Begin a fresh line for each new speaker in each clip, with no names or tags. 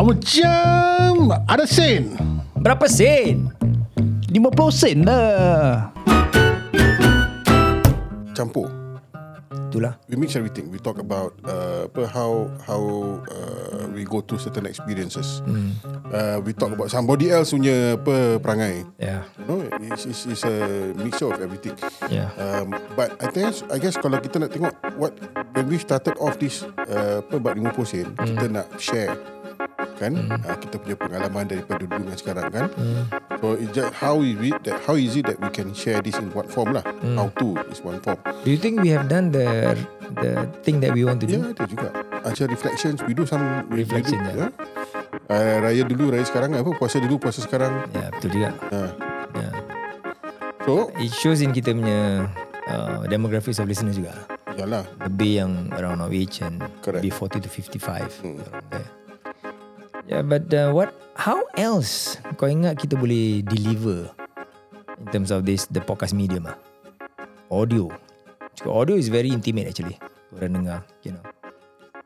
Macam ada sen.
Berapa sen? 50 sen lah.
Campur.
Itulah.
We mix everything. We talk about uh, apa, how how uh, we go through certain experiences. Mm. Uh, we talk about somebody else punya apa perangai.
Ya.
Yeah.
No, it's, it's, it's a mixture of everything.
Yeah.
Um, but I guess I guess kalau kita nak tengok what when we started off this uh, apa bab 50 sen,
Hmm.
mm. kita nak share kan mm. uh, kita punya pengalaman daripada dulu dengan sekarang kan. Mm.
Hmm.
So it's just how we read that how is it that we can share this in what form lah. Mm.
Hmm.
How to is one form.
Do you think we have done the the thing that we want to do?
Ya ada juga Macam reflections We do some we- we
Hmm. Reflection,
do,
ya.
ya. Uh, raya dulu Raya sekarang apa Puasa dulu Puasa sekarang
Ya, yeah, betul juga.
uh,
Yeah.
So
It shows in kita punya uh, demographics of listeners juga.
Yalah
Lebih yang around our age and
Correct.
be 40 to 55. Hmm. There. Yeah, but uh, what how else kau ingat kita boleh deliver in terms of this the podcast medium ah? Audio. Cakap audio is very intimate actually. Orang dengar, you know.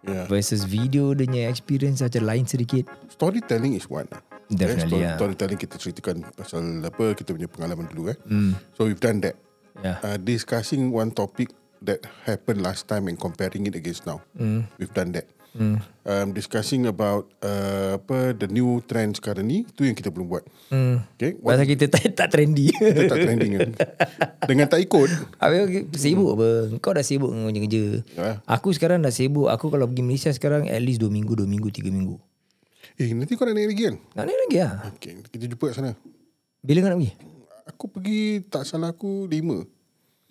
yeah.
Versus video dia punya experience macam lain sedikit.
Storytelling is one lah.
Definitely,
yeah,
yeah.
Storytelling kita ceritakan Pasal apa Kita punya pengalaman dulu eh. mm. So we've done that
Yeah.
uh, Discussing one topic That happened last time And comparing it against now mm. We've done that mm. um, Discussing about uh, apa The new trend sekarang ni Itu yang kita belum buat mm. Okay What,
Pasal kita tak, tak trendy.
kita tak trending kan Dengan tak ikut
Habis aku sibuk apa Kau dah sibuk dengan kerja-kerja
Ya.
Aku sekarang dah sibuk Aku kalau pergi Malaysia sekarang At least 2 minggu 2 minggu 3 minggu
Eh nanti kau nak naik lagi kan
Nak naik lagi lah
okay, Kita jumpa kat sana
Bila kau nak pergi?
Aku pergi Tak salah aku Lima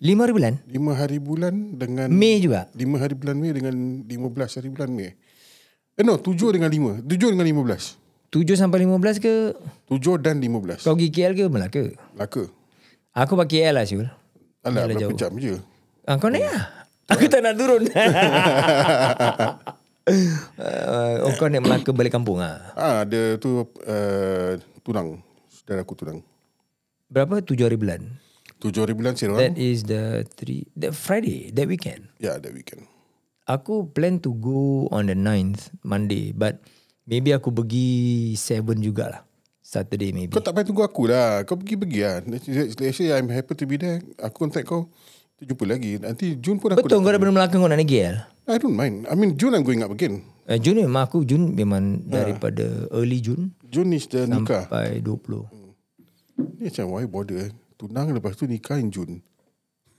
5 hari bulan
Lima hari bulan Dengan
Mei juga
Lima hari bulan Mei Dengan lima belas hari bulan Mei Eh no Tujuh dengan lima Tujuh dengan lima belas
7 sampai 15 ke
Tujuh dan lima belas
Kau pergi KL ke Melaka?
Laka
Aku pakai KL lah Syul
Alah
Yalah,
berapa
jauh.
jam je
ah, Kau naik lah Aku tak nak turun uh, Oh kau naik Melaka balik kampung lah
Ah ada tu uh, Tunang Saudara aku tunang
Berapa? 7 hari bulan
Tujuh hari bulan Serang
That is the three, That Friday That weekend
Ya yeah, that weekend
Aku plan to go on the 9th Monday But Maybe aku pergi 7 jugalah Saturday maybe
Kau tak payah tunggu aku lah Kau pergi-pergi lah Let's say I'm happy to be there Aku contact kau Kita jumpa lagi Nanti Jun pun aku nak-
Betul kau dah benar Melaka kau nak naik KL
I don't mind. I mean, June I'm going up again.
uh, Jun memang aku Jun memang
Ah.
daripada early June
June is the nikah.
Sampai 20
Ni macam why border eh. Tunang lepas tu nikah in June.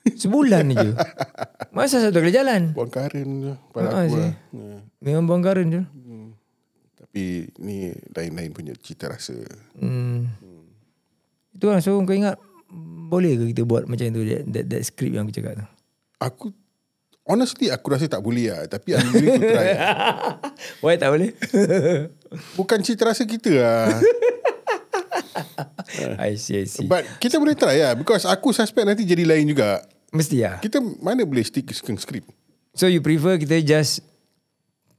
Sebulan je Masa satu kali jalan
Buang karen lah pada
Ah,
aku
sih.
lah. Ha.
Memang buang garan je
Tapi ni lain-lain punya cita rasa.
hmm. Itu lah so kau ingat Boleh ke kita buat macam tu That, that, that script yang aku cakap tu
Aku, honestly aku rasa tak boleh lah. Tapi I'm willing to try.
Why tak boleh
Bukan cita rasa kita lah.
I see I see
But kita boleh try lah. Because aku suspect nanti jadi lain juga.
Mesti lah
Kita mana boleh stick ke skrip.
So you prefer kita just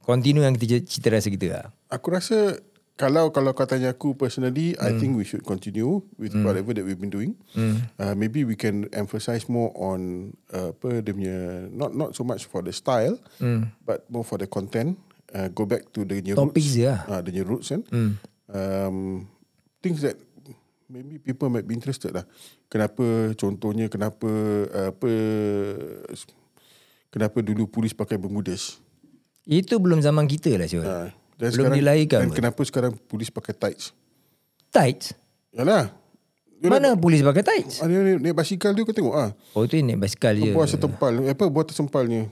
continue yang kita je- cita rasa kita lah.
Aku rasa kalau kalau kau tanya aku personally, mm. I think we should continue with mm. whatever that we've been doing. Mm. Uh, maybe we can emphasize more on uh, apa dia punya not not so much for the style, mm. but more for the content. Uh, go back to the new
Topik
roots.
je lah.
Ah, the new roots kan. Mm. Um, things that maybe people might be interested lah. Kenapa contohnya kenapa uh, apa kenapa dulu polis pakai bermudas?
Itu belum zaman kita lah Syul.
Ah,
Uh,
dan
belum dilahirkan
Dan
pun.
kenapa sekarang polis pakai tights?
Tights?
Yalah. Dia
Mana polis pakai tights?
Naik, ah, dia naik, naik basikal dia kau tengok ah.
Oh itu naik basikal je.
Buah setempal. Apa buah tersempalnya.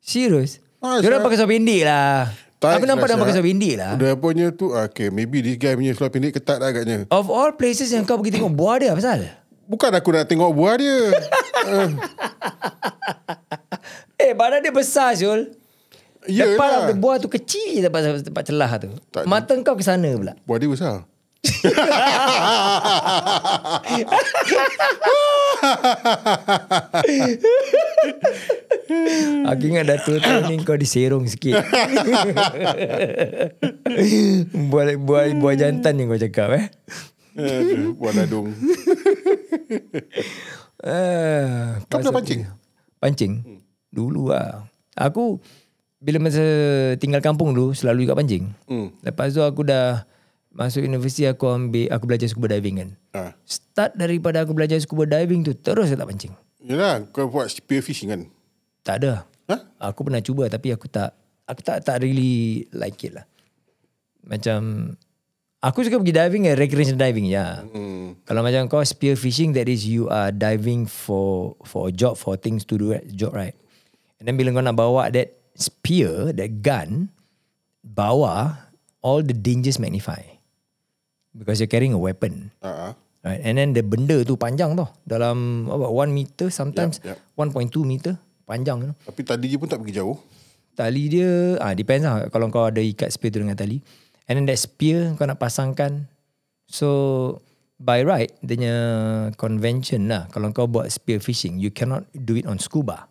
Serius?
Ah,
Dia orang
Syah.
pakai seluar pendek lah.
Tights
Aku nampak
lah,
dia orang pakai
Syah.
seluar pendek lah.
Dia punya tu ah, okay, maybe this guy punya seluar pendek ketat lah agaknya.
Of all places yang kau pergi tengok buah dia pasal?
Bukan aku nak tengok buah dia.
Eh badan dia besar Syul.
Yelah.
Depan of the buah tu kecil je tempat, tempat celah tu.
Tak-
Mata kau ke sana pula.
buah dia besar.
Aku ingat Dato' training kau diserong sikit. buah, buah, buah jantan yang kau cakap eh.
Eh, buah ladung.
Ah,
Kau
pasal- Ah,
pernah pancing?
ya. Pancing? Hmm. Dulu lah. Aku bila masa tinggal kampung dulu selalu juga pancing.
Hmm.
Lepas tu aku dah masuk universiti aku ambil aku belajar scuba diving kan.
Ha.
Start daripada aku belajar scuba diving tu terus aku tak pancing.
Yelah, kau buat spear fishing kan?
Tak ada.
Ha?
Aku pernah cuba tapi aku tak aku tak tak really like it lah. Macam aku suka pergi diving eh, recreation diving ya. Hmm. Kalau macam kau spear fishing that is you are diving for for a job for things to do right, job right. And then bila kau nak bawa that spear, that gun, bawa all the dangers magnify. Because you're carrying a weapon.
Ha.
Right. And then the benda tu panjang tau. Dalam about 1 meter sometimes
Yup, yup.
1.2 meter panjang you know.
Tapi tadi je pun tak pergi jauh.
Tali dia ah depends lah kalau kau ada ikat spear tu dengan tali. And then that spear kau nak pasangkan. So by right dia punya convention lah kalau kau buat spear fishing you cannot do it on scuba.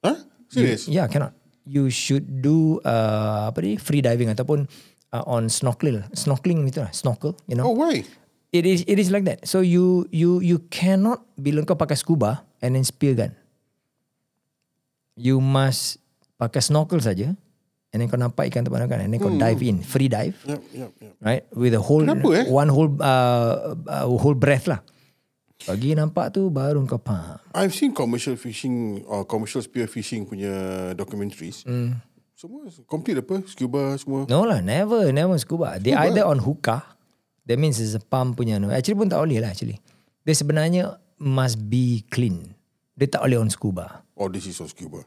Ha? Serius?
Yeah, cannot. You should do uh, apa ni free diving ataupun uh, on snorkel snorkeling gitu lah snorkel you know.
Oh, why?
It is it is like that. So you you you cannot bila kau pakai scuba and then spear gun. You must pakai snorkel saja and then kau nampak ikan terbang-terbang and then
Hmm.
kau dive in, free dive,
Yep, yep, yep.
right? With a whole
Kenapa, eh?
one whole uh, uh, whole breath lah. Bagi nampak tu baru kau faham.
I've seen commercial fishing or commercial spear fishing punya documentaries. Mm. Semua complete apa? Scuba semua.
No lah, never, never scuba. They either on hookah, that means it's a pump punya. No. Actually pun tak boleh lah actually. Dia sebenarnya must be clean. Dia tak boleh on scuba.
Oh, this is on scuba.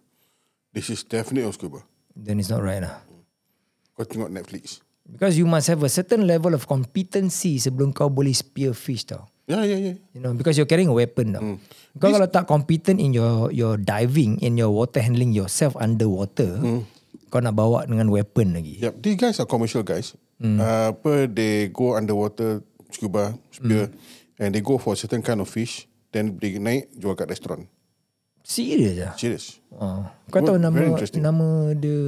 This is definitely on scuba.
Then it's not right lah.
Kau tengok Netflix.
Because you must have a certain level of competency sebelum kau boleh spear fish tau.
Ya, ya, ya.
You know, because you're carrying a
Hmm.
weapon tau. Kau kalau tak competent in your your diving, in your water handling yourself underwater,
Hmm.
kau nak bawa dengan weapon lagi.
Yep. These guys are commercial guys. Mm. Uh, apa, they go underwater scuba, spear, and they go for certain kind of fish. Then they naik jual kat restoran.
Serius lah.
Serious.
Oh. Kau tahu
Hmm, Very
nama
interesting.
nama dia,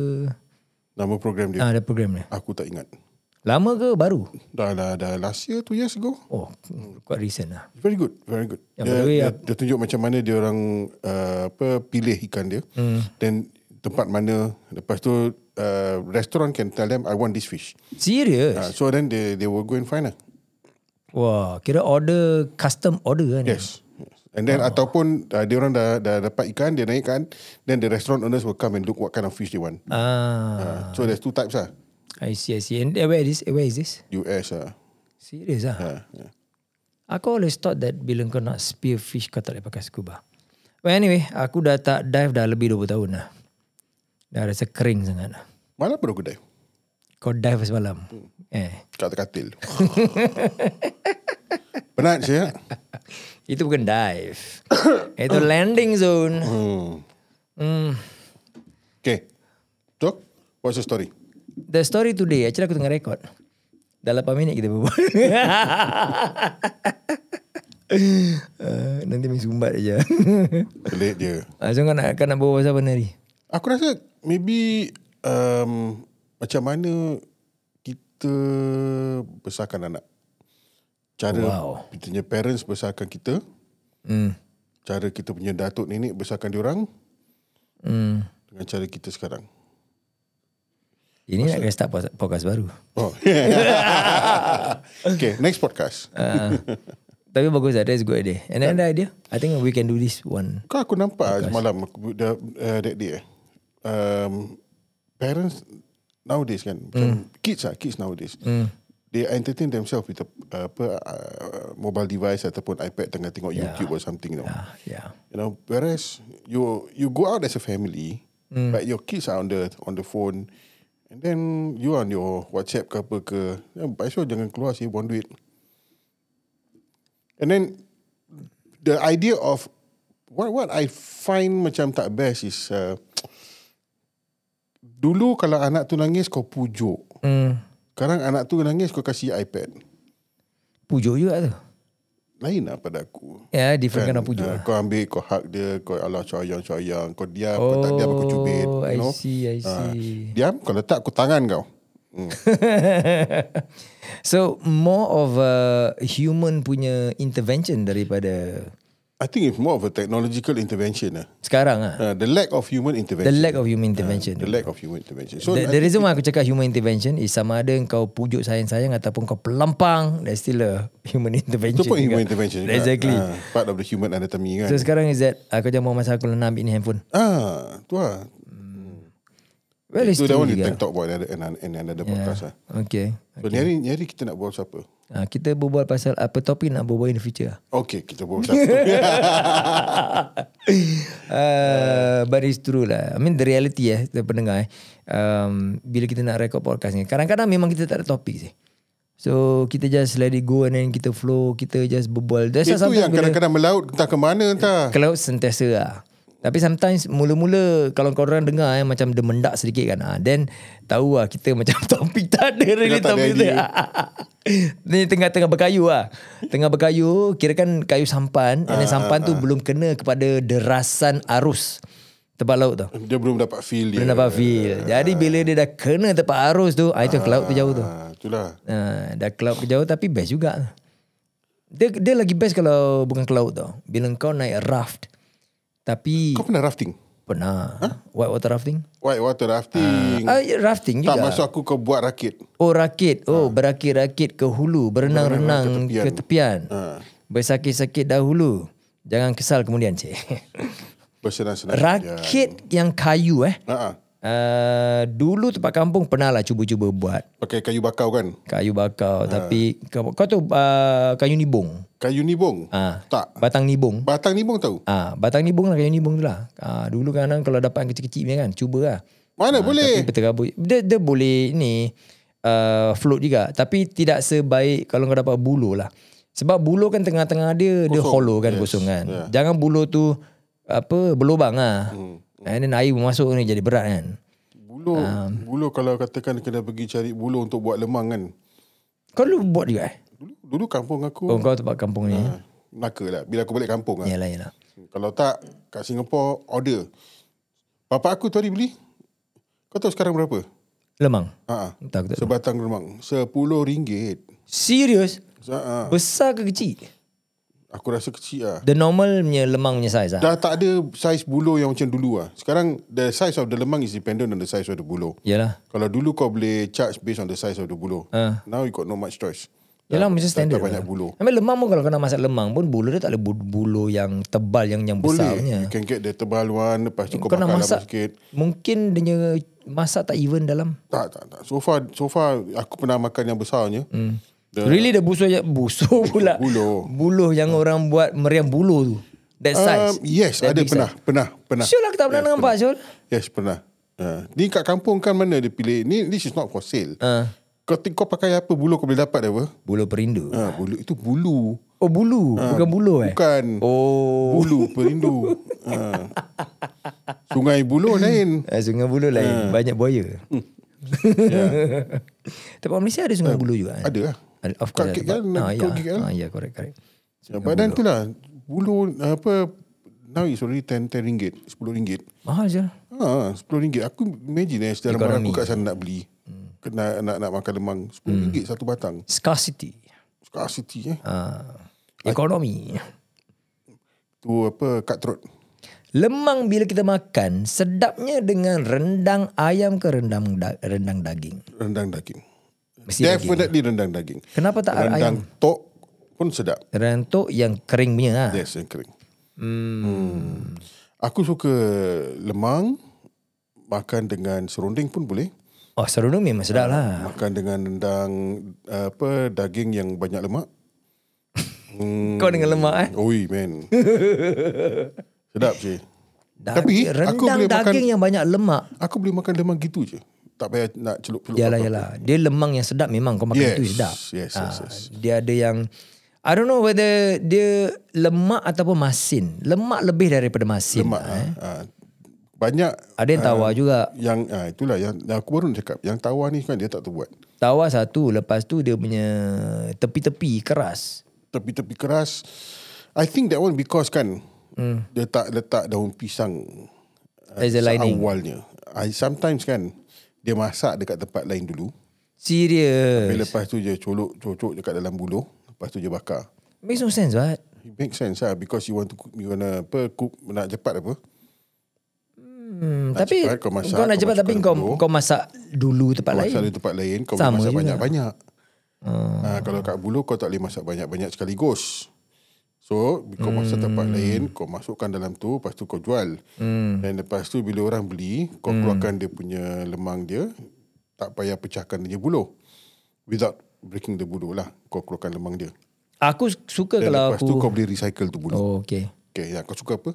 Nama program dia.
ah, ada program dia?
Aku tak ingat.
Lama ke baru?
Dah, dah, dah last year, two years ago.
Oh, quite recent lah.
Very good, very good. Yeah,
Yeah, by
dia,
the way,
dia, dia tunjuk macam mana dia orang uh, apa pilih ikan dia. Mm. Then tempat mana lepas tu uh, restaurant can tell them I want this fish.
Serius?
Uh, so then they they will go and find lah.
Wah, kira order custom order kan?
Yes. And then oh. ataupun uh, dia orang dah, dah dapat ikan, dia naikkan, then the restaurant owners will come and look what kind of fish they want.
Ah,
Uh, so there's two types lah.
I see, I see. And where is where is this?
US lah.
Serius ah.
Uh, yeah.
Aku always thought that bila kau nak spear fish kau tak boleh pakai scuba. Well anyway, aku dah tak dive dah lebih 20 tahun dah. Dah rasa kering sangat lah.
Malam baru kedai.
Kau dive semalam. Eh,
Kat katil. Penat saya.
itu bukan dive. itu landing zone.
Hmm. Okay. So, what's the story?
The story today, actually aku tengah record. Dah 8 minit kita berbual. uh, nanti main sumbat aja.
Pelik dia.
Ah, so kau nak, kau nak berbual pasal apa ni?
Aku rasa maybe um, macam mana kita besarkan anak. Cara
Wow.
wow. kita punya parents besarkan kita.
Hmm.
Cara kita punya datuk nenek besarkan diorang.
Hmm.
Dengan cara kita sekarang.
Ini nak kena start pod- podcast baru.
Oh. okay, next podcast.
Ah. Tapi bagus lah. That's a good idea. And another idea, I think we can do this one.
Kau aku nampak semalam aku dah uh, that day. eh. Um, parents nowadays kan, macam kids ah, kids nowadays. They entertain themselves with a, apa uh, mobile device ataupun iPad tengah tengok YouTube or something you know.
Ah, yeah.
You know, whereas you you go out as a family, but your kids are on the on the phone and then you on your WhatsApp ke apa ke. Ya, Besok jangan keluar sih buang duit. And then the idea of what what I find macam tak best is uh, dulu kalau anak tu nangis kau pujuk.
Hmm.
Sekarang anak tu nangis kau kasih iPad.
Pujuk juga tu.
Lain lah pada aku.
Ya, yeah, different kind of pujuk.
Uh,
lah.
kau ambil, kau hug dia, kau Allah coyang, coyang. Kau diam, oh, kau tak diam, aku cubit.
Oh,
You
I
know?
see, I
Ah,
see.
diam, kau letak aku tangan kau.
so, more of a human punya intervention daripada
I think it's more of a technological intervention. lah.
Sekarang ah.
Uh, the lack of human intervention. Ah.
The lack of human intervention.
The lack of human intervention. So eh,
The, the reason why aku cakap human intervention is sama ada kau pujuk sayang-sayang ataupun kau pelampang, that's still a human intervention.
itu pun human
juga.
intervention. juga.
Exactly.
Ah, part of the human anatomy kan.
So sekarang is that aku jangan mau masa aku nak ambil ni handphone.
ah, tu lah.
Well, it's
So that
true
one you can
juga.
talk about in another, in another- in another podcast lah.
Okay.
So ni hari, ni hari kita nak bual siapa?
Ha, kita berbual pasal apa topik nak berbual in the future. lah.
Okay, kita bual siapa?
Uh, but it's true lah. I mean the reality eh, the pendengar eh. Um, bila kita nak record podcast ni, kadang-kadang memang kita tak ada topik sih. So kita just let it go and then kita flow, kita just berbual. That's why
Itu
sometimes
yang
bila
kadang-kadang melaut entah ke mana entah.
Ah. kalau sentiasa lah. Tapi sometimes mula-mula kalau korang dengar eh, macam dia mendak sedikit kan. Ah, then tahu lah kita macam topik tak ada really
tak ada
topik kita. Ni tengah-tengah berkayu lah. Tengah berkayu, kira kan kayu sampan. And then sampan tu belum kena kepada derasan arus tempat laut tu.
Dia belum dapat feel dia.
Belum dapat feel. Jadi bila dia dah kena tempat arus tu, ah, itu laut tu jauh tu.
Ah, itulah.
Ha, dah ke laut ke jauh tapi best juga. Dia, dia lagi best kalau bukan ke laut tau. Bila kau naik raft. Tapi
Kau pernah rafting?
pernah. Huh? White water rafting?
White water rafting.
Ah, ya, rafting
tak
juga.
masuk aku kau buat rakit.
Oh rakit. Oh berakit-rakit ke hulu. Berenang-renang
Berenang
ke
ke
tepian.
Ah,
Bersakit-sakit dahulu. Jangan kesal kemudian cik.
Bersenang-senang.
rakit yang kayu eh.
Ha, ha.
Uh, dulu tempat kampung pernah lah cuba-cuba buat.
Pakai kayu bakau kan?
Kayu bakar. Tapi kau, kau tu uh, kayu nibung.
Kayu nibung?
Ah.
Tak.
Batang nibung.
Batang nibung tahu?
Ah, batang nibung lah kayu nibung tu lah. Ah, dulu kadang-kadang kalau dapat yang kecil-kecil ni kan, cuba lah.
Mana boleh?
Tapi terabut. Dia, dia boleh ni, uh, float juga. Tapi tidak sebaik kalau kau dapat buluh lah. Sebab buluh kan tengah-tengah dia, dia hollow kan, yes. kosong kan. Yeah. Jangan buluh tu, apa, berlubang lah. Hmm. And then air masuk ni jadi berat kan.
Buluh,
Ah.
buluh kalau katakan kena pergi cari buluh untuk buat lemang kan.
Kau dulu buat juga eh?
Dulu, dulu kampung aku,
Oh, Ya. kau tempat kampung ni.
ha, Melaka lah. Bila aku balik kampung lah.
Yalah, yalah.
Kalau tak, kat Singapore, order. Bapak aku tu hari beli. Kau tahu sekarang berapa?
Lemang.
Ha,
Entah aku tak.
sebatang lemang. Sepuluh ringgit.
Serius? Ah.
Ha, ha.
Besar ke kecil?
Aku rasa kecil lah.
The normal punya lemang punya size lah.
Dah tak ada saiz buluh yang macam dulu lah. Sekarang, the size of the lemang is dependent on the size of the buluh.
Yalah.
Kalau dulu kau boleh charge based on the size of the buluh.
Ah. lah.
Now you got no much choice.
Yalah macam
Tak,
standard
tak banyak buluh.
Ambil lemang pun kalau kau nak masak lemang pun bulu dia tak ada bu- bulu yang tebal yang yang
Boleh.
besar punya.
You can get the tebal one. Lepas tu kau,
Kau nak
bakar
masak
lama sikit.
Mungkin dia punya masak tak even dalam.
Tak, tak, tak. So far, so far aku pernah makan yang besarnya. Hmm. The,
Really the busuh je busuh pula.
Buluh.
Buluh yang orang buat meriam buluh tu. That size.
um, yes,
That
ada
big
pernah, pernah, pernah.
Size. lah. Syul aku tak pernah nampak Syul.
Yes, pernah. Uh, ni kat kampung kan mana dia pilih. Ni this is not for sale.
Ah,
Kau think kau pakai apa bulu kau boleh dapat apa?
bulu perindu.
Ha, bulu itu bulu.
Oh bulu, bukan bulu
Ah.
eh.
Bukan.
Oh.
Bulu perindu. ha. Sungai bulu lain.
Ah, sungai bulu lain, banyak buaya.
Hmm.
Tempat Malaysia ada sungai bulu juga. kan?
Ya. Ada lah.
Ada- Of
Kat
course. ada
KL,
tempat- Ah,
kau
ya.
KL.
Ah, ya, correct, correct.
Ya, badan tu lah. Bulu apa now is already 10 10 ringgit, 10 ringgit.
Mahal je.
Ha, 10 ringgit. Aku imagine eh saudara mara aku kat sana nak beli.
Hmm.
Kena nak nak makan lemang 10 hmm. ringgit satu batang.
Scarcity.
Scarcity eh.
Uh, ekonomi.
Tu apa cut throat.
Lemang bila kita makan, sedapnya dengan rendang ayam ke rendang da- rendang daging.
Rendang daging.
Mesti daging.
Definitely rendang daging.
Kenapa tak rendang. ayam?
Rendang tok pun sedap.
Rendang tu yang kering punya lah.
Yes, yang kering. Hmm. Aku suka lemang makan dengan serunding pun boleh.
Oh, serundung memang sedap lah.
Makan dengan rendang uh, apa daging yang banyak lemak. Hmm.
Kau dengan lemak eh.
Oi man. Sedap je.
Daging,
Tapi aku
rendang
boleh makan
daging yang banyak lemak.
aku boleh makan lemang gitu je. Tak payah nak celup-celup.
Yalah yalah. Dia lemang yang sedap memang kau makan
Yes,
tu sedap. Ah,
yes, yes, yes.
Dia ada yang I don't know whether dia lemak ataupun masin. Lemak lebih daripada masin.
Lemak. Ha, ha. Banyak
Ada yang tawar juga.
yang ha, itulah yang, yang aku baru nak cakap. Yang tawar ni kan dia tak terbuat.
Tawar satu, lepas tu dia punya tepi-tepi keras.
Tepi-tepi keras. I think that one because kan hmm. dia tak letak daun pisang
As a lining.
awalnya. I sometimes kan dia masak dekat tempat lain dulu. Tapi
Serious.
lepas tu dia colok cocok dekat dalam buluh, lepas tu dia bakar.
Makes no sense, right?
It makes sense lah because you want to cook, you gonna apa cook nak cepat apa?
Hmm,
Nak
tapi
cepat, kau masak,
kau nak
kau
cepat
masukkan
tapi kau
dulu.
kau masak dulu tempat
Kau
lain.
masak di tempat lain kau
Sama
boleh masak
je Hmm. lah.
banyak-banyak. Ha, kalau kat bulu kau tak boleh masak banyak-banyak sekaligus. So, kau masak
Hmm.
tempat lain, kau masukkan dalam tu, lepas tu kau jual. Hmm. Dan lepas tu bila orang beli, kau hmm. keluarkan dia punya lemang dia, tak payah pecahkan dia punya buluh. Without breaking the buluh lah. Kau keluarkan lemang dia.
Aku suka
Dan
kalau
lepas
aku
tu kau boleh recycle tu buluh. Oh.
Oh, okay.
Okay, ya, kau suka apa?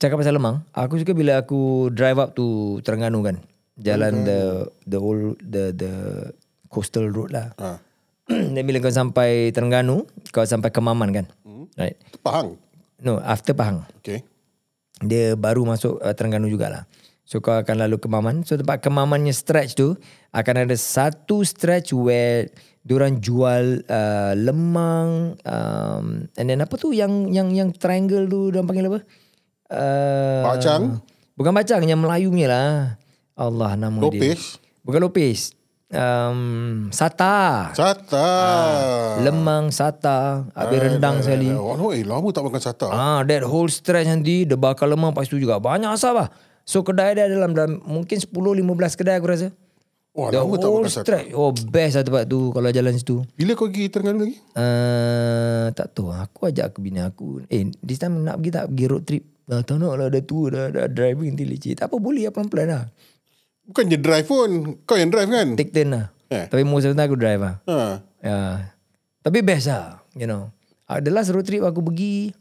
Cakap pasal lemang, aku suka bila aku drive up to Terengganu kan. Jalan the the whole the the coastal road lah.
Ha.
Then bila kau sampai Terengganu, kau sampai Kemaman kan.
Hmm.
Right.
Pahang.
No, after Pahang.
Okay.
Dia baru masuk uh, Terengganu jugalah. So kau akan lalu Kemaman. So tempat Kemamannya stretch tu akan ada satu stretch where diorang jual uh, lemang um, and then apa tu yang yang yang triangle tu diorang panggil apa? Uh,
Bacang?
Bukan bacang yang Melayu punya lah. Allah nama dia.
Lopis.
Bukan lopis. Um,
Ah.
sata.
Sata.
Lemang sata, habis rendang Ah. sekali.
Oh, no, eh, lama tak makan sata.
Ah, that whole stretch nanti dia bakar lemang lepas tu juga banyak asap lah. So kedai dia dalam, dalam mungkin 10 15 kedai aku rasa.
Wah,
The
lama tak
whole
makan sata.
stretch. Oh, best lah tempat tu kalau jalan situ.
Bila kau pergi Terengganu lagi?
Uh, tak tahu aku ajak aku bini aku. Eh, this time nak pergi tak pergi road trip. Dah tak nak lah dah tua dah, dah driving nanti leceh. Tak apa boleh lah pelan-pelan lah.
Bukan je drive pun. Kau yang drive kan?
Take turn lah.
Eh.
Tapi most of the time aku drive lah.
Ha.
Ya. Tapi best lah. You know. Uh, the last road trip aku pergi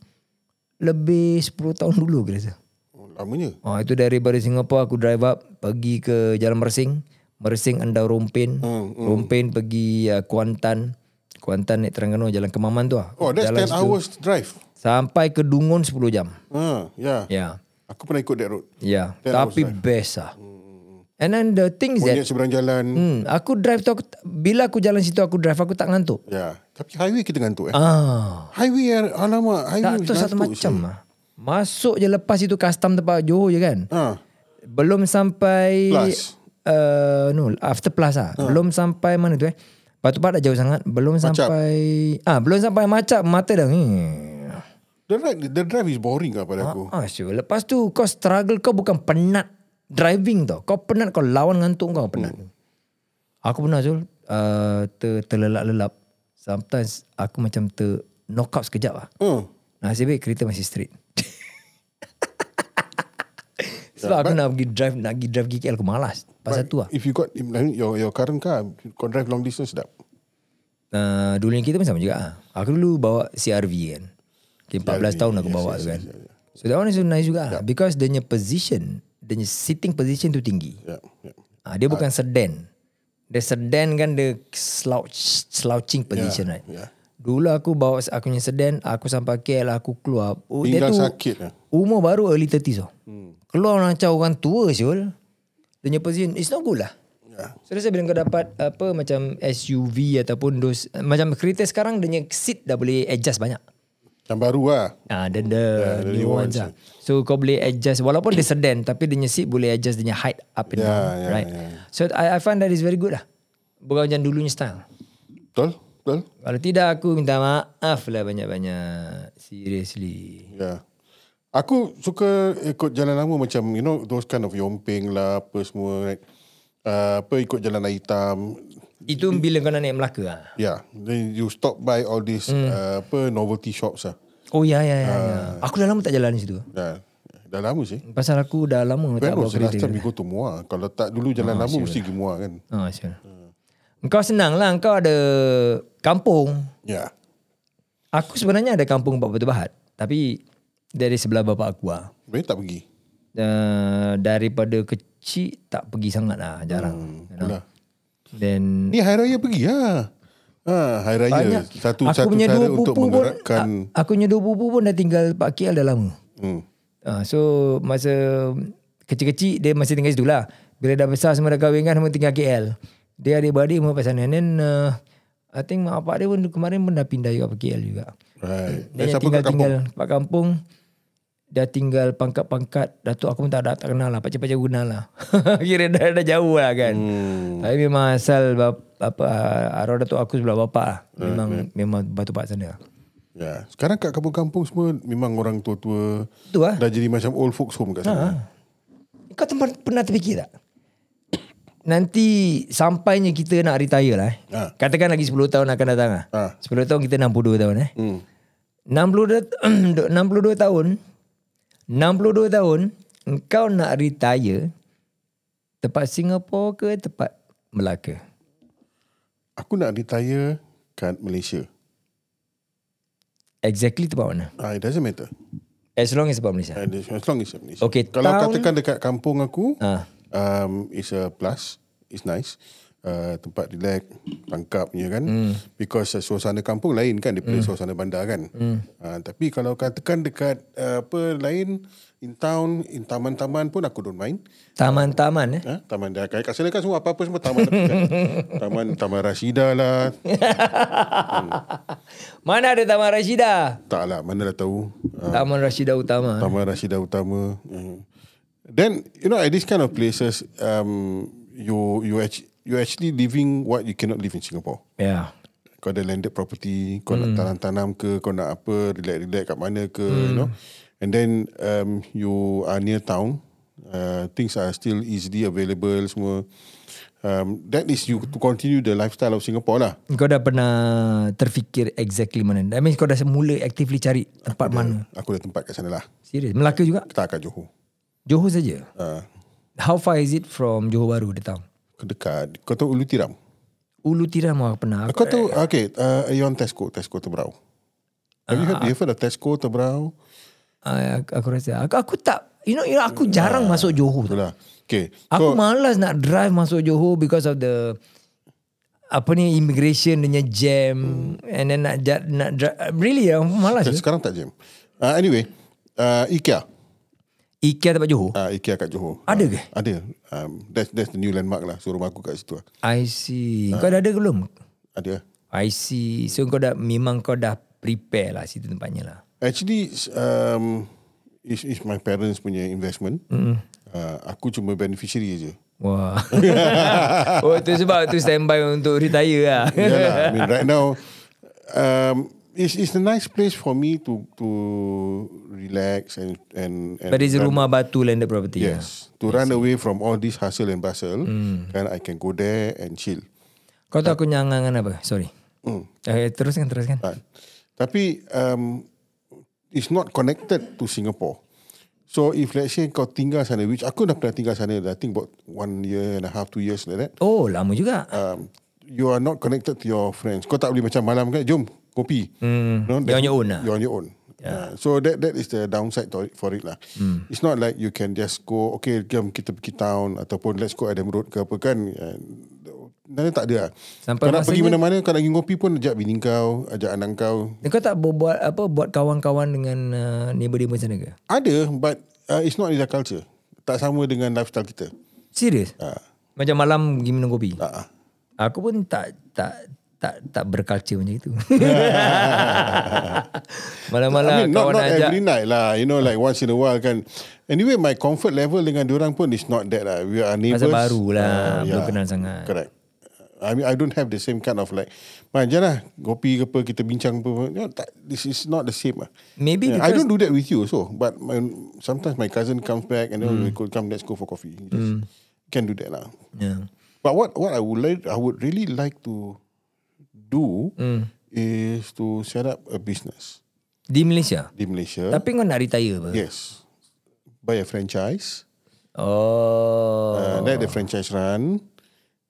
lebih 10 tahun dulu aku rasa.
Oh, lamanya.
Oh, itu daripada Singapura aku drive up pergi ke Jalan Mersing. Mersing Endau Rompin.
Ha. Oh,
Hmm, hmm. Rompin pergi uh, Kuantan. Kuantan naik Terengganu jalan Kemaman tu lah.
Oh, that's
jalan
10 hours drive.
Sampai ke Dungun 10 jam.
Ha, ya. Yeah.
Ya.
Aku pernah ikut that Oh, road.
Ya.
Ten
Tapi best lah. And then the thing is that
Monyet seberang jalan.
Ya. hmm, aku drive tu aku, tak- bila aku jalan situ aku drive aku tak ngantuk.
Ya. Tapi highway kita ngantuk eh.
Ah.
Highway, eh, alamak. Highway
Tak tu satu
ngantuk
macam lah. Masuk je lepas itu custom tempat Johor je kan.
sekali. Ha.
Belum sampai
Plus.
Uh, no, after plus lah. Ha. Belum sampai mana tu eh. Batu Pahat dah jauh sangat. Belum macam. sampai... Ah, belum sampai macam mata dah. Hmm.
The drive, the drive is boring lah pada aku.
Ah, sure. Lepas tu kau struggle kau bukan penat driving tau. Kau penat kau lawan ngantuk kau penat. Hmm. Aku pernah Zul uh, ter, terlelap-lelap. Sometimes aku macam ter knock out sekejap lah.
Ha.
Nasib baik kereta masih straight. Sebab aku nak pergi drive nak pergi drive pergi KL aku malas. Pasal tu lah.
If you got if your your current car, kau drive long distance sedap.
Uh, dulu yang kita pun sama juga. ah. Aku dulu bawa CRV kan. Okay, 14 tahun aku bawa tu kan. So that one is nice juga. lah. Because dia punya position, dia punya sitting position tu tinggi.
Ya. Yeah, yeah.
Ah, dia bukan sedan. Dia sedan kan dia slouch, slouching position right.
yeah.
Dulu aku bawa aku punya sedan, aku sampai KL, aku keluar. Oh, dia
Pinggang
tu
sakit lah.
umur baru early 30s tau. Hmm. Keluar macam orang tua Syul. Dia punya position, it's not good lah.
Yeah.
So rasa bila kau dapat apa macam SUV ataupun dos macam kereta sekarang dia punya seat dah boleh adjust banyak.
Yang baru lah.
Ah, the, the new ones lah. So kau boleh adjust walaupun dia sedan tapi dia punya seat boleh adjust dia punya height up and
Yeah,
down,
yeah,
right?
yeah.
So I, I find that is very good lah. Bukan macam dulunya style.
Betul? Betul?
Kalau tidak aku minta maaf lah banyak-banyak. Seriously.
Ya. Aku suka ikut jalan lama macam you know those kind of Yomping lah apa semua right. Uh, apa ikut jalan air hitam.
Itu bila kau nak naik Melaka ah.
Yeah, then you stop by all these
Hmm.
mm. uh, apa novelty shops ah.
Oh ya ya ya. ya. Aku dah lama tak jalan situ.
Dah, dah lama sih.
Pasal aku dah lama tak
When
bawa
was the last
kereta.
time you go to Muar? Kalau tak dulu jalan lama mesti pergi Muar kan.
Ah, oh, sure. Kau senang lah. Kau ada kampung.
Ya.
Aku sebenarnya ada kampung Pak Batu Bahat. Tapi dari sebelah bapa aku lah.
Sebenarnya tak pergi.
Uh, daripada kecil tak pergi sangat lah. Jarang. Hmm, you know?
Pula.
Then
Ni Hari Raya pergi lah. Ha, Hari Raya.
banyak.
Satu,
aku
satu
punya
cara
dua
untuk
pupu pun.
menggerakkan.
a- Aku punya dua pupu pun dah tinggal Pak KL dah lama.
Hmm.
Uh, so masa kecil-kecil dia masih tinggal situ lah. Bila dah besar semua dah kahwin kan semua tinggal KL. Dia adik-beradik semua pasal sana. And then uh, I think mak bapak dia pun kemarin pun dah pindah juga ke KL juga.
Right. Dan
Dia yang
siapa kat kampung?
tinggal-tinggal kat kampung. Dia tinggal pangkat-pangkat. Datuk aku pun tak, tak, tak kenal lah. Pakcik-pakcik aku kenal lah. Kira dah, dah jauh lah kan. Hmm. Tapi memang ah, asal bap, apa, arwah datuk aku sebelah bapak lah. Memang, memang batu pak sana.
Ya. Ya. Sekarang kat kampung-kampung semua memang orang tua-tua
Tu lah.
dah jadi macam old folks home kat sana.
Kau tempat, pernah terfikir tak? Nanti sampainya kita nak retire lah. Eh.
Ha.
Katakan lagi 10 tahun akan datang lah.
Ha.
10 tahun kita 62 tahun eh.
Hmm.
62, 62 tahun 62 tahun Engkau nak retire Tempat Singapura ke tempat Melaka?
Aku nak retire kat Malaysia.
Exactly tempat mana?
Ah, it doesn't matter.
As long as tempat Malaysia
Ah, As long as it's Malaysia.
Okay,
Kalau
tahun-
katakan dekat kampung aku,
Ah.
um, it's a plus. It's nice. Uh, tempat relax, tangkap punya kan. Mm. Because uh, suasana kampung lain kan daripada mm. suasana bandar kan. Mm. Uh, tapi kalau katakan dekat uh, apa lain, in town, in taman-taman pun aku don't mind.
Taman-taman eh?
Ha? Taman dah kat sana kan semua apa-apa semua taman tepi kan. Taman Taman Rashida lah.
Mana ada Taman Rashida?
Tak lah mana dah tahu. Ha,
Taman Rashida Utama
Taman Rashida Utama. Hmm. Then you know at this kind of places um you you actually you actually living what you cannot live in Singapore.
Ya
Kau ada landed property, kau nak tanam-tanam ke, kau nak apa, relax-relax kat mana ke, you know. And then um you are near town. Uh, things are still easily available semua. Um, that is you to continue the lifestyle of Singapore lah.
Kau dah pernah terfikir exactly mana? I mean kau dah mula actively cari tempat mana?
Aku ada tempat kat sana lah.
Serius? Melaka juga?
Tak kat Johor.
Johor saja?
Uh,
How far is it from Johor Bahru, the town?
dekat. Kau tahu Ulu Tiram?
Ulu Tiram aku pernah.
Kau tahu, okay, uh, Aeon Tesco, Tesco Tebrau. Have you heard, you heard of Tesco Tebrau?
Ah, aku, aku rasa aku, aku tak you know, you know aku jarang masuk Johor.
Itulah. lah. Okay.
Aku
So,
malas nak drive masuk Johor because of the apa ni immigration dia punya jam and then nak ja- nak drive, really aku malas.
okay,
Just,
sekarang tak jam. Uh, anyway, uh, IKEA.
IKEA tempat Johor.
Uh, IKEA kat Johor.
Ada ke?
Uh, ada. Um, that's, that's the new landmark lah. So, rumah aku kat situ lah.
I see. Kau dah ada ke belum?
Ada.
I see. So kau dah memang kau dah prepare lah situ tempatnya lah.
Actually, s- um, is is my parents punya investment. Uh, aku cuma beneficiary je.
Wah. oh tu sebab tu standby untuk retire lah.
Yalah, Ya I mean right now um it's it's a nice place for me to to relax and and, and
But it's
run-
rumah batu landed property. lah.
yes Mm. to run away from all this hustle and bustle and I can go there and chill.
Kau tahu aku nyangangan apa? Sorry.
Hmm.
Mm. Eh, teruskan, teruskan.
Kan? Tapi um, it's not connected to Singapore. So if let's say kau tinggal sana which aku dah pernah tinggal sana I think about one year and a half two years like that
Oh, lama juga.
um, you are not connected to your friends. Kau tak boleh macam malam kan, jom kopi.
Hmm,
No,
you're on your own lah.
You're on your own. Yeah. so that that is the downside to it, for it lah.
Hmm.
It's not like you can just go, okay, jom kita pergi town ataupun let's go Adam Road ke apa kan. Uh, Nanti tak ada lah. kau
Sampai
nak pergi
masanya-
mana-mana, kau nak pergi kopi pun ajak bini kau, ajak anak kau.
Dan kau tak buat apa buat kawan-kawan dengan uh, neighbor-neighbor sana ke?
Ada but uh, it's not in their culture. Tak sama dengan lifestyle kita.
Serius?
Ah.
Macam malam pergi minum kopi.
Ah, ah.
Aku pun tak tak tak tak berculture macam itu.
I
Malam-malam
mean,
kawan
not, not
ajak.
every night lah. You know, like once in a while kan. Anyway, my comfort level dengan diorang pun is not that lah. We are neighbours. Ah, ya. Oh,
Pasal baru lah, belum kenal sangat.
Correct. I mean, I don't have the same kind of like, man, jom lah, kopi ke apa, kita bincang apa. You know, tak, this is not the same lah.
Maybe
Yeah, I
because
don't do that with you also. But my, sometimes my cousin comes back and then
Hmm.
we could come, let's go for coffee. Just Can do that lah.
yeah.
But what, what I would like, I would really like to do
Hmm.
is to set up a business
di Malaysia.
di Malaysia.
Tapi kau nak retire apa?
Yes. Buy a franchise.
Oh.
Uh, let the franchise run.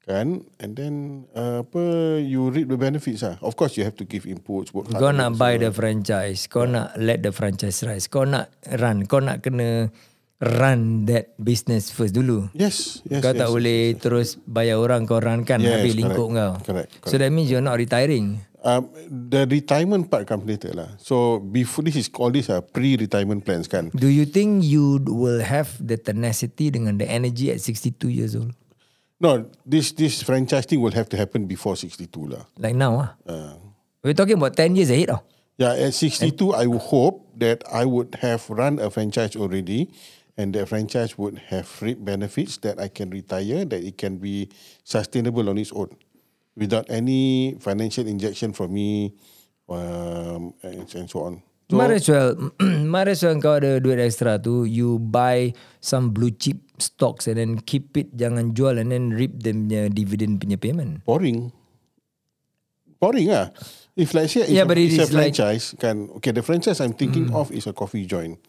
Kan? And then uh, apa you reap the benefits ah. Of course you have to give inputs work
Kau
hard.
nak buy the franchise Kau nak let the franchise rise Kau nak run Kau nak kena Run that business first dulu
Yes, yes. yes.
Kau tak boleh terus Bayar orang kau run kan
Yes,
Habis lingkup kau
correct, correct,
So that means you're not retiring
Um, the retirement part comes later lah. So before this is all these are pre-retirement plans kan.
Do you think you will have the tenacity Dengan the energy at 62 years old
No, this this franchise thing will have to happen before 62 lah.
Like now ah.
Uh,
We're talking about 10 years ahead oh.
Yeah, at 62, I would hope that I would have run a franchise already and that franchise would have reap benefits that I can retire, that it can be sustainable on its own without any financial injection from me um, and, and so on. So,
Might as well Might as well kau ada duit extra tu You buy Some blue chip stocks And then keep it Jangan jual And then reap them punya Dividend punya payment
boring. Boring ah. If like say
Yeah,
yeah,
but it
it's a
is like- Mm.
franchise kan. Okay, the franchise I'm thinking of is a coffee joint.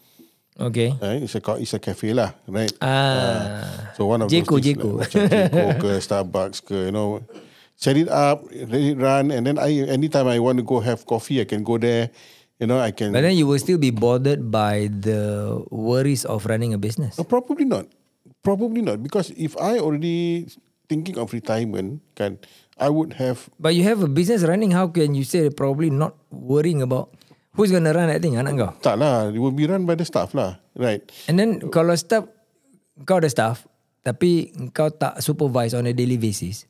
Okay
Right? It's a co- it's a cafe lah, right?
Ah,
So one of
Jeko,
those things
Jeko.
like macam Jeko ke Starbucks ke you know set it up let it run and then I anytime I want to go have coffee I can go there you know I can
But then you will still be bothered by the worries of running a business.
No, probably not. Probably not because if I already thinking of retirement, can I would have
But you have a business running, how can you say probably not worrying about who's going to run that thing, anak kau?
tak lah. It will be run by the staff lah, right?
And then kalau staff, kau ada staff, tapi kau tak supervise on a daily basis,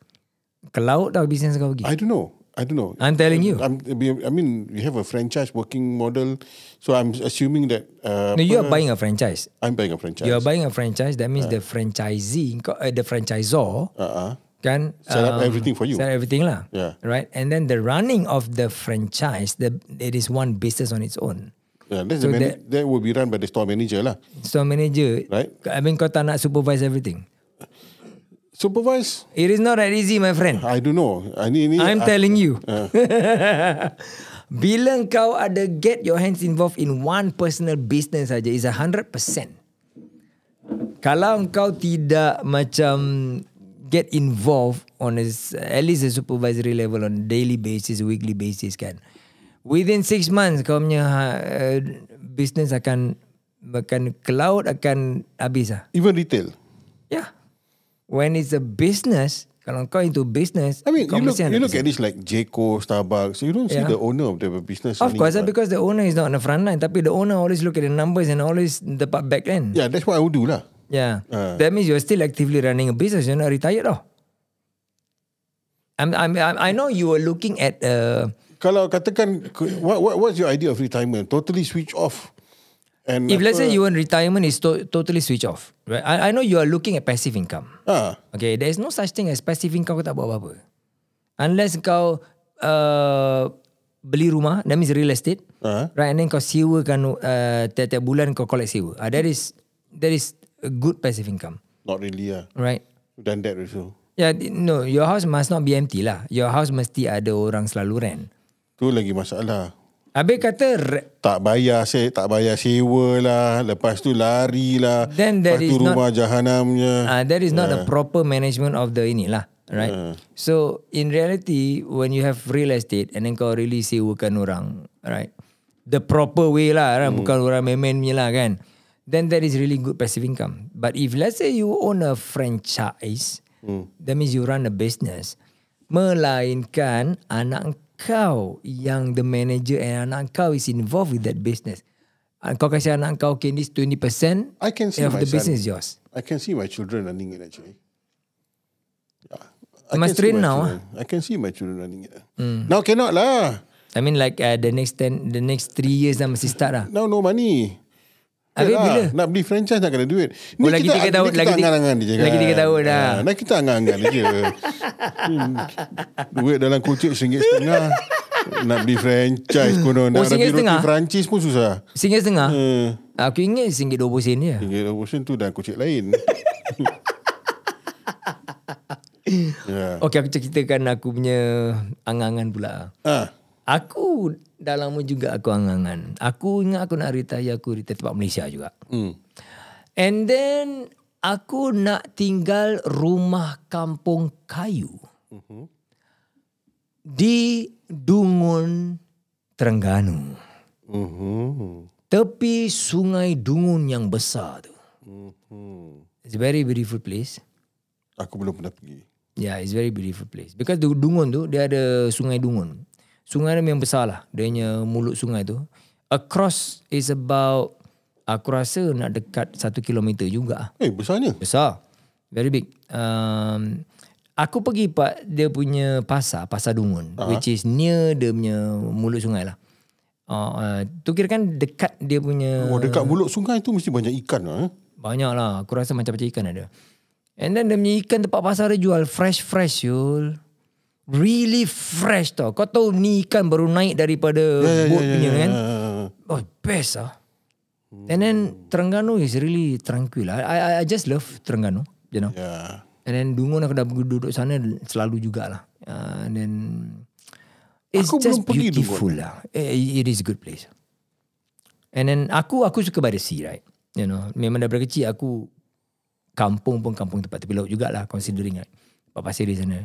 ke laut tau business kau pergi.
I don't know. I don't know.
I'm telling you.
I'm, I mean, we have a franchise working model, so I'm assuming that. Uh,
No, you are
apa-
buying a franchise.
I'm buying a franchise.
You are buying a franchise, that means the franchisee, kau, uh, the franchisor,
Uh-uh.
kan um,
Set up everything for you.
set up everything lah
Yeah.
right and then the running of the franchise the it is one business on its own
Yeah, that's the
So
mana- that, will be run by the store manager lah.
so manager
Right.
I mean kau tak nak supervise everything
Supervise.
it is not that easy my friend
I don't know. I ni, ni, I-
I'm telling you
Ah.
bila kau ada get your hands involved in one personal business saja is a hundred percent kalau kau tidak macam get involved on a, s- at least a supervisory level on daily basis, weekly basis kan. Within six months kau punya uh, business akan akan ke laut akan habis lah.
even retail.
Yeah. When it's a business, kalau kau into business,
I mean,
kau
you look,
mesti
you look
100%.
at this like Jco, Starbucks. You don't see
Yeah.
the owner of the business. running
Of course,
around.
lah, because the owner is not on the front line. Tapi the owner always look at the numbers and always the part back end.
Yeah, that's what I would do lah.
Yeah.
Ah.
that means you're still actively running a business. You're not retired though. I'm, I'm, I'm, I know you were looking at uh,
Kalau katakan, what, what, what's your idea of retirement? Totally switch off. And
if let's
apa-
say you want retirement is to- totally switch off. Right? I, I know you are looking at passive income.
ah,
Okay, there is no such thing as passive income kau tak buat apa-apa. Unless kau uh, beli rumah, that means real estate.
Ah.
Right, and then kau sewakan uh, tiap-tiap bulan kau collect sewa. Uh, that is that is a good passive income.
not really lah.
Right?
Done that also.
Yeah, di- no, your house must not be empty lah. Your house mesti ada orang selalu rent.
Tu lagi masalah.
Habis kata re-
Tak bayar se, tak bayar sewa lah. Lepas tu lari lah.
Then that
Lepas tu
is not-
rumah jahanamnya.
uh, that is not a proper management of the inilah, right? So in reality, when you have real estate and then kau really sewakan orang, right? The proper way lah, right? bukan orang main-main punya lah kan. Then that is really good passive income. But if let's say you own a franchise, that means you run a business. Melainkan anak kau yang the manager and anak kau is involved with that business. Ah, Kau kasih anak kau okay, this 20%
I can see
of
my
the
son.
business is yours.
I can see my children running it actually. Yeah. I can see
Must train
my
now, ah. Hmm.
children. I can see my children running it. Now cannot lah.
I mean like uh, the next 10 the next 3 years dah mesti start lah.
Now no money.
Habis
Yalah,
bila?
Nak beli franchise nak kena duit. Ni
Oh, lagi tiga
ni
tahun,
kita
lagi tiga-
angan-angan je kan.
lagi tiga tahun dah.
Ha, nak kita angan-angan je. Hmm, duit dalam kocik RM1.50. nak beli franchise konon.
Oh,
Nak beli roti
RM1.50?
Perancis pun susah.
Singgit setengah.
Hmm.
Aku ingat singgit 20 sen je.
RM1.20 tu dalam kocik lain. ya.
Okay aku ceritakan aku punya angangan pula.
Ah,
Aku dah lama juga aku angangan. Aku ingat aku nak retire aku retire tempat Malaysia juga.
hmm.
And then aku nak tinggal rumah kampung kayu.
Mhm.
Di Dungun Terengganu.
Mhm.
Tepi sungai Dungun yang besar tu.
Mhm.
It's a very beautiful place.
Aku belum pernah pergi.
Yeah, it's very beautiful place. Because du- Dungun tu, dia ada sungai Dungun. Sungai dia memang besar lah. Dia punya mulut sungai tu. Across is about, aku rasa nak dekat satu kilometer juga.
Eh, besarnya.
Besar. Very big. Um, aku pergi pak dia punya pasar, pasar Dungun. Uh-huh. Which is near dia punya mulut sungai lah. Uh, uh, tu kira kan dekat dia punya...
Oh, dekat mulut sungai tu mesti banyak ikan lah. Eh.
Banyak lah. Aku rasa macam-macam ikan ada. And then dia punya ikan tempat pasar dia jual fresh-fresh Yul. Really fresh tau. Kau tahu ni ikan baru naik daripada yeah, boat yeah, punya yeah, kan.
Uh,
Oh, best ah. And then Terengganu is really tranquil. I, I, I just love Terengganu, you know.
yeah.
And then Dungun aku dah duduk sana selalu jugalah. Uh, and then it's
Aku belum
just
pergi
beautiful lah. Eh, It is a good place. And then aku aku suka by the sea right. You know, memang daripada kecil aku kampung pun kampung tempat tepi laut jugalah considering right. Pak Pasir di sana.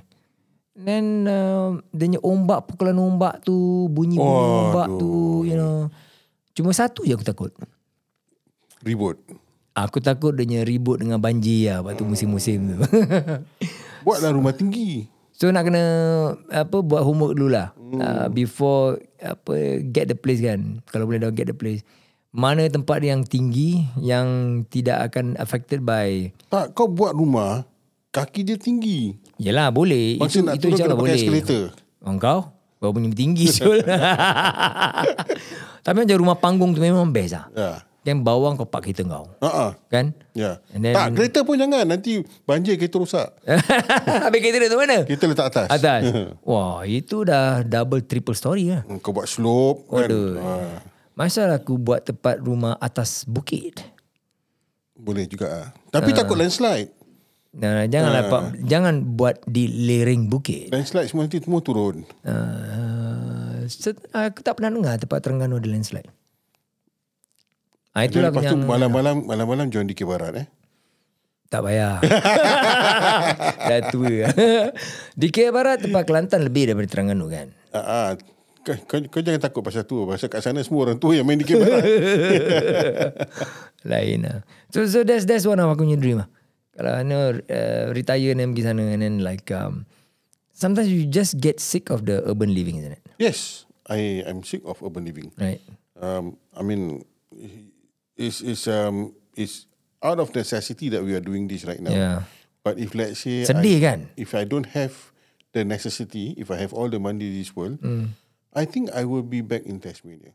And then uh, dia punya ombak pukulan ombak tu bunyi bunyi ombak tu you know. Cuma satu je aku takut.
Ribut.
Aku takut dia punya ribut dengan banjir lah waktu musim-musim tu.
Buatlah rumah tinggi.
So nak kena apa buat homework dulu lah hmm. uh, before apa get the place kan. Kalau boleh dah get the place. Mana tempat yang tinggi yang tidak akan affected by
Tak, kau buat rumah, kaki dia tinggi.
Yelah boleh
Maksud nak turun
insyaAllah
kena pakai eskelator.
Engkau Kau punya tinggi Syul Tapi macam rumah panggung tu memang best lah
Ya.
Kan bawang kau park kereta kau
Ha ah.
Kan
Ya.
And then-
tak, kereta pun jangan. Nanti banjir kereta rosak.
Habis kereta dia tu mana
Kereta letak atas.
Atas Wah itu dah double triple story lah
Hmm, Kau buat slope kan.
Aduh.
Ha,
Masa aku buat tempat rumah atas bukit.
boleh juga ah. Tapi takut landslide.
Nah, nah, janganlah
Ah.
pak, jangan buat di lereng bukit.
Landslide semua nanti semua turun.
Uh, set, aku tak pernah dengar tempat Terengganu ada landslide. Ah
Jadi
itulah
lepas tu
yang
malam-malam malam-malam join DK Barat eh.
tak payah. Dah tua. di KL Barat tempat Kelantan lebih daripada Terengganu kan.
Ah, ah. Kau, kau, kau jangan takut pasal tu Pasal kat sana semua orang tua Yang main DK Barat
Lain lah. So, so that's that's one of aku punya dream lah. Kalau anda uh, retire and then pergi sana and then like um, sometimes you just get sick of the urban living isn't it?
Yes I am sick of urban living
Right.
um, I mean, it's, it's, um, it's out of necessity that we are doing this right now.
Yeah.
But if let's say
Sedih
I,
kan?
if I don't have the necessity, if I have all the money in this world, I think I will be back in Tasmania.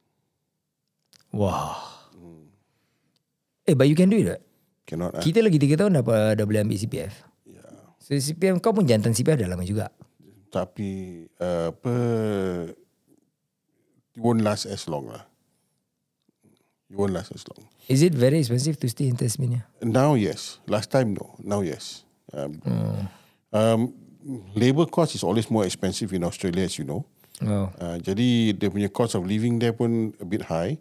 Wah. Eh, but you can do it. Right?
Cannot. ah.
Kita lagi 3 tahun dah, dah boleh ambil CPF.
Yeah.
So CPF kau pun jantan CPF dah lama juga.
Tapi uh, apa it won't last as long lah. It won't last as long.
Is it very expensive to stay in Tasmania?
Now yes. Last time no. Now yes. Um, um, labor cost is always more expensive in Australia, as you know.
Oh.
Uh, jadi dia punya cost of living there pun a bit high.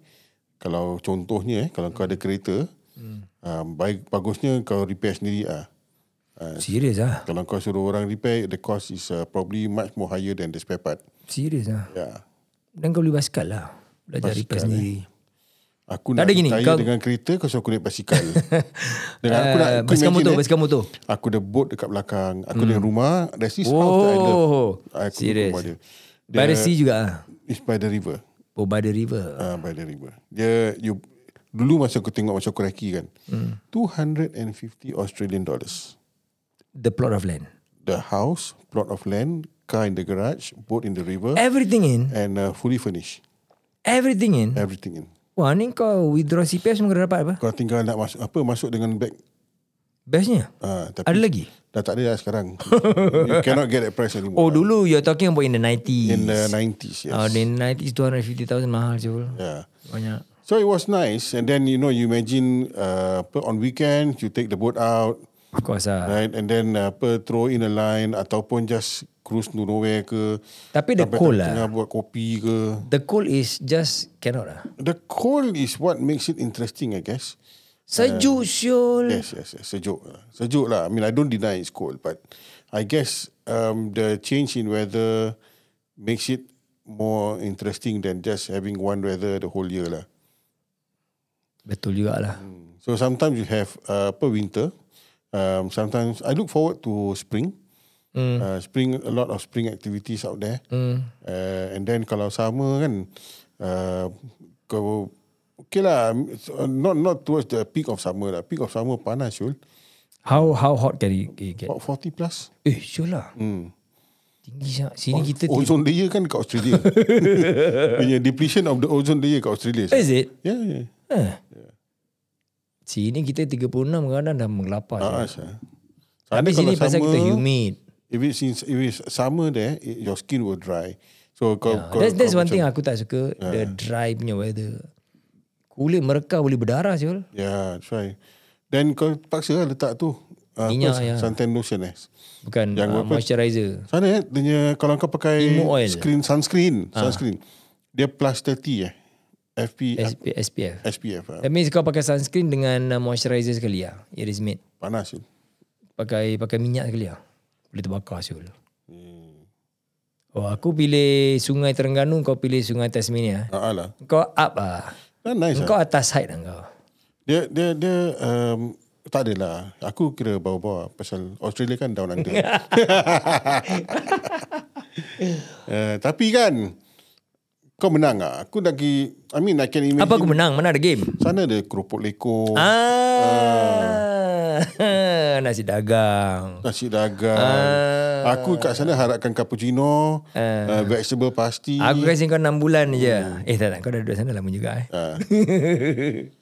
Kalau contohnya, eh, kalau kau ada kereta, hmm. um, baik bagusnya kau repair sendiri ah.
Serius ah.
Kalau kau suruh orang repair, the cost is uh, probably much more higher than the spare part. Ya.
Serius ah.
Yeah.
Dan kau beli basikal lah. Belajar repair sendiri.
Aku
Tak
nak
ada gini,
retire
kau-
dengan kereta, kau suruh aku naik basikal. Dan aku nak,
Uh,
aku imagine,
basikal motor,
eh,
basikal motor.
Aku ada boat dekat belakang. Aku ada rumah. There's this house that I love.
Hmm. Oh.
Aku
Serius.
rumah dia.
By the sea juga ah.
It's by the river.
Oh, by the river.
Ah, by the river. Dia you dulu masa aku tengok macam aku reki kan. Hmm. 250 Australian dollars.
The plot of land.
The house, plot of land, car in the garage, boat in the river
Everything in.
and uh, fully furnished.
Everything in.
Everything in.
Wah, ni kau withdraw CPF semua kena dapat apa?
Kau tinggal nak masuk apa masuk dengan bag
Bestnya.
ah tapi
Ada lagi?
dah tak ada dah sekarang. you cannot get that price anymore.
Oh, dulu you're talking about in the 90s.
in the 90s, yes.
Oh, the 90s 250,000 mahal je.
yeah.
Banyak.
So it was nice and then you know you imagine uh, apa, on weekend you take the boat out
Of course lah.
Right and then uh, apa throw in a line ataupun just cruise to nowhere ke.
Tapi the
sampai
cold
tengah-
lah.
Tengah buat kopi ke.
The cold is just cannot lah.
The cold is what makes it interesting I guess.
Sejuk syul.
Yes, yes, yes. Sejuk. lah. Sejuk lah. I mean, I don't deny it's cold, but I guess um, the change in weather makes it more interesting than just having one weather the whole year lah.
Betul juga lah.
So sometimes you have uh, apa winter. Um, sometimes I look forward to spring.
Hmm.
Uh, spring a lot of spring activities out there. Uh, and then kalau summer kan uh, kau okay lah it's, uh, not not towards the peak of summer lah. Peak of summer panas Syul.
How how hot can you you get?
About 40 plus.
Eh syul lah.
Mm.
Tinggi sangat.
Oh,
Sini kita tinggi.
Ozone layer kan kat Australia. Punya depletion of the ozone layer kat Australia. Syul.
Is it?
Yeah, yeah.
Eh. Sini kita 36 kadang dah mengelapar.
Ah,
Uh,
Syul. Sana
Tapi sini
kalau
pasal
summer,
kita humid.
If it's in, if it's summer there, it, your skin will dry. So kau, yeah. kau,
That's, that's
kau
one thing aku tak suka. The dry punya weather. Kulit mereka boleh berdarah Syul.
Yeah, that's right. Then kau terpaksa lah letak tu. Uh,
Minyak,
apa,
ya.
Suntan lotion eh.
Bukan
Yang
uh,
apa?
moisturizer.
Sana eh, dia punya, kalau kau pakai
Imo oil. Ah.
screen sunscreen, sunscreen. Dia plus 30 eh. FP,
SP, SPF.
SPF. ah.
That means kau pakai sunscreen dengan uh, moisturizer sekali lah. It is made.
Panas. Syul.
Pakai pakai minyak sekali lah. Boleh terbakar Syul. Oh, aku pilih Sungai Terengganu, kau pilih Sungai Tasmania.
Ah, ah lah.
Kau up lah.
Ah, nice lah.
Kau atas height lah kau.
Dia, dia, dia um, tak adalah. Aku kira bawa-bawa pasal Australia kan down under. uh, tapi kan, kau menang lah. Aku lagi, I mean I can imagine.
Apa aku menang? Mana ada game?
Sana ada keropok leko,
Ah. Nasi dagang. Ah.
nasi dagang. Aku kat sana harapkan cappuccino, uh, vegetable pasti.
Aku kasi kau 6 bulan je. Eh tak tak kau dah duduk sana lama juga eh.
Ah.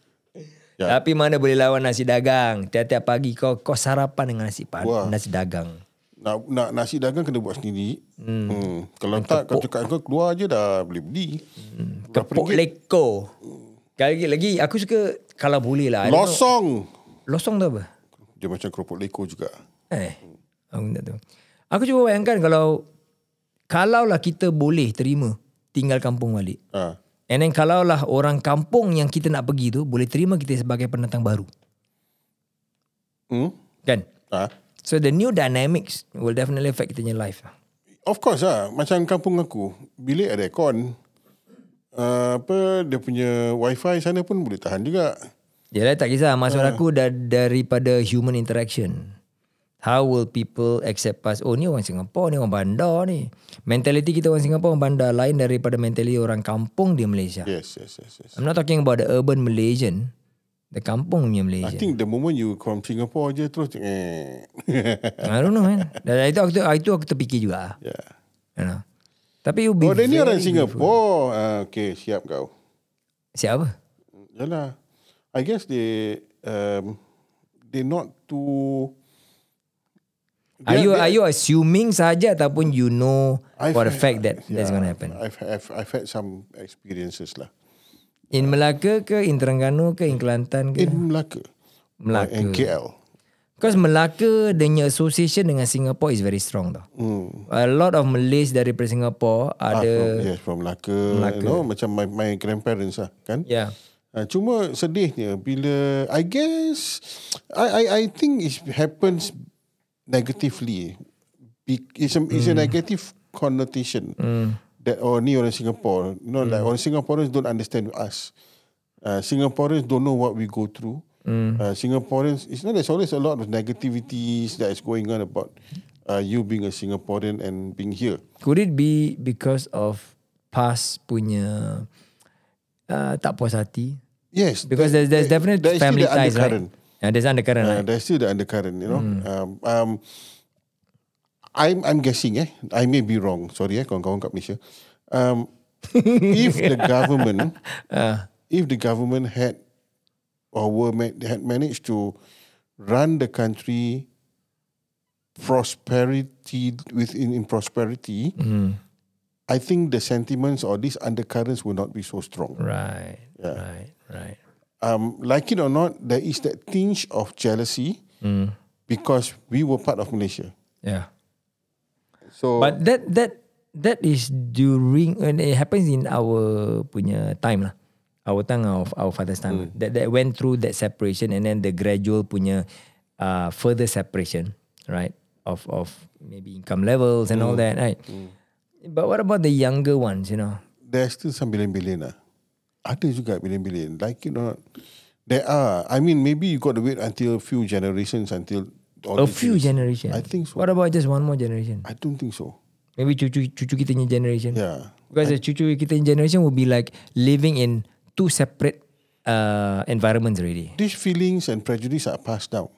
Ya.
Tapi mana boleh lawan nasi dagang. Tiap-tiap pagi kau kau sarapan dengan nasi pad,
Wah.
nasi dagang.
Nak, nak nasi dagang kena buat sendiri. Hmm. Hmm. Kalau tak, kau cakap kau keluar je dah boleh beli. Hmm.
Kepok leko. Lagi lagi aku suka kalau boleh lah. I don't know.
Losong.
Losong tu apa?
Dia macam keropok leko juga.
Eh. Aku tak tahu. Aku cuba bayangkan kalau kalaulah kita boleh terima tinggal kampung balik.
Ha.
And then kalaulah orang kampung yang kita nak pergi tu boleh terima kita sebagai pendatang baru.
Hmm?
Kan?
Ha.
So the new dynamics will definitely affect kita punya life. lah.
Of course lah. Macam kampung aku. Bilik ada aircon. Uh, apa dia punya wifi sana pun boleh tahan juga.
Yalah tak kisah. Maksud
Hmm.
aku da- daripada human interaction. How will people accept us? Oh ni orang Singapore, ni orang bandar ni. Mentality kita orang Singapore, orang bandar lain daripada mentality orang kampung di Malaysia.
Yes, yes, yes, yes.
I'm not talking about the urban Malaysian. The kampung punya
I
Malaysia.
think the moment you from Singapore je terus eh.
I don't know man. Dan itu aku, itu aku terfikir juga.
yeah.
You know. Tapi you'll be
Oh, dia ni
very
orang Singapore. Ah, okay, siap kau.
Siapa?
Yalah. I guess they um, they not too
Are
Dia-
you
dia-
are you assuming saja ataupun you know
I've
for the
had-
fact that that's going to happen?
I've, I've, I've had some experiences lah.
In Melaka ke in Terengganu ke in Kelantan ke?
In Melaka.
Melaka.
And KL.
Because Melaka the association dengan Singapore is very strong tau.
Hmm.
A lot of Malays daripada Singapore
Ah,
ada
from, yes, from Melaka. Melaka. You know, macam my, my grandparents lah kan.
yeah.
Ah, cuma sedihnya bila I guess I I I think it happens negatively. Be- It's a, it's a negative connotation that oh ni orang Singapore. You know like orang Singaporeans don't understand us. Uh, Singaporeans don't know what we go through. Uh, Singaporeans, it's not there's always a lot of negativities that is going on about uh, you being a Singaporean and being here.
Could it be because of past punya uh, tak puas hati?
Yes,
Because there's there's
there-
definite
there is still
family
the
ties
undercurrent.
right? Yeah, there's undercurrent
Uh,
right? Hmm.
there's still the undercurrent, you know. Um, um, I'm I'm guessing, eh. I may be wrong. Sorry, eh, kawan-kawan kat Malaysia. Um, if the government,
Uh.
if the government had or were ma- had managed to run the country prosperity within in prosperity,
Hmm.
I think the sentiments or these undercurrents will not be so strong
Right. Right. Right.
um, like it or not, there is that tinge of jealousy because we were part of Malaysia.
Yeah.
So
But that that that is during and it happens in our punya time lah. Our time of our father's
Hmm.
time. That that went through that separation and then the gradual punya uh, further separation, right? Of of maybe income levels and all
Hmm.
that, right? But what about the younger ones, you know?
there's still some billion-billion lah. Ada juga billion-billion. Like it or not, there are. I mean, maybe you got to wait until a few generations until all
A
these
few
things.
generations.
I think so.
What about just one more generation?
I don't think so.
Maybe cucu cucu kita punya generation.
Yeah.
Because the cucu kita punya generation will be like living in two separate uh, environments already.
These feelings and prejudice are passed down.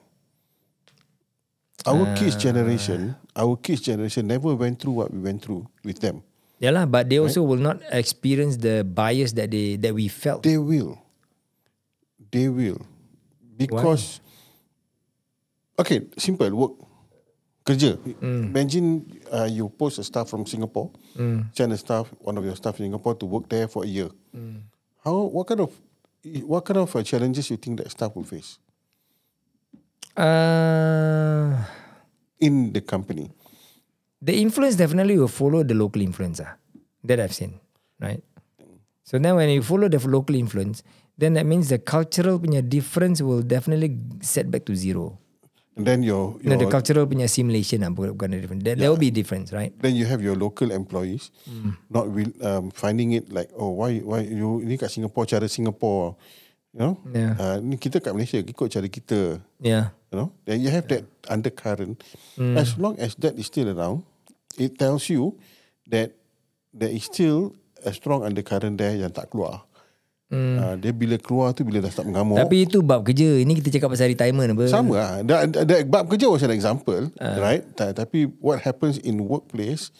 Our kids'
Ah.
generation, our kids' generation never went through what we went through with them.
Yalah, Ya lah, but they also will not experience the bias that they that we felt.
They will. They will. Because okay, simple work. kerja. Mm. Imagine uh, you post a staff from Singapore, mm. send a staff, one of your staff in Singapore to work there for a year. Mm. How what kind of what kind of uh, challenges you think that staff will face
Uh,
in the company?
the influence definitely will follow the local influence ah, that I've seen, right? So then when you follow the local influence, then that means the cultural punya difference will definitely set back to zero.
And then your,
No,
your
the cultural punya assimilation lah, bukan, bukan the difference. There, there will be difference, right?
then you have your local employees not will, um, finding it like oh why why you ni kat Singapore cara Singapore you know
Yeah.
uh, ni kita kat Malaysia ikut cara kita
Yeah.
you know then you have that undercurrent as long as that is still around it tells you that there is still a strong undercurrent there yang tak keluar uh, dia bila keluar tu bila dah start mengamuk
Tapi itu bab kerja. Ini kita cakap pasal retirement apa.
sama lah. The, the, the bab kerja was an example, uh. right? Ta- Tapi what happens in workplace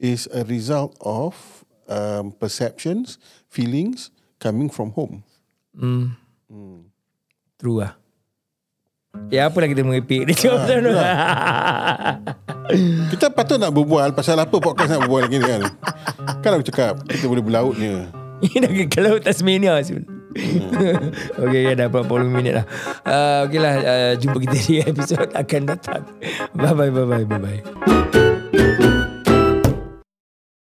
is a result of um, perceptions, feelings coming from home.
True lah. Ya apa lagi kita mengepik. Dia cakap pasal tu.
Kita patut nak berbual pasal apa podcast nak berbual lagi ni kan? Kan aku cakap, kita boleh berlautnya.
Ini dah ke Kalau Tasmania Sul Okay ya, dah ah, berapa puluh minit lah uh, Okay lah uh, Jumpa kita di episod akan datang Bye bye bye bye bye bye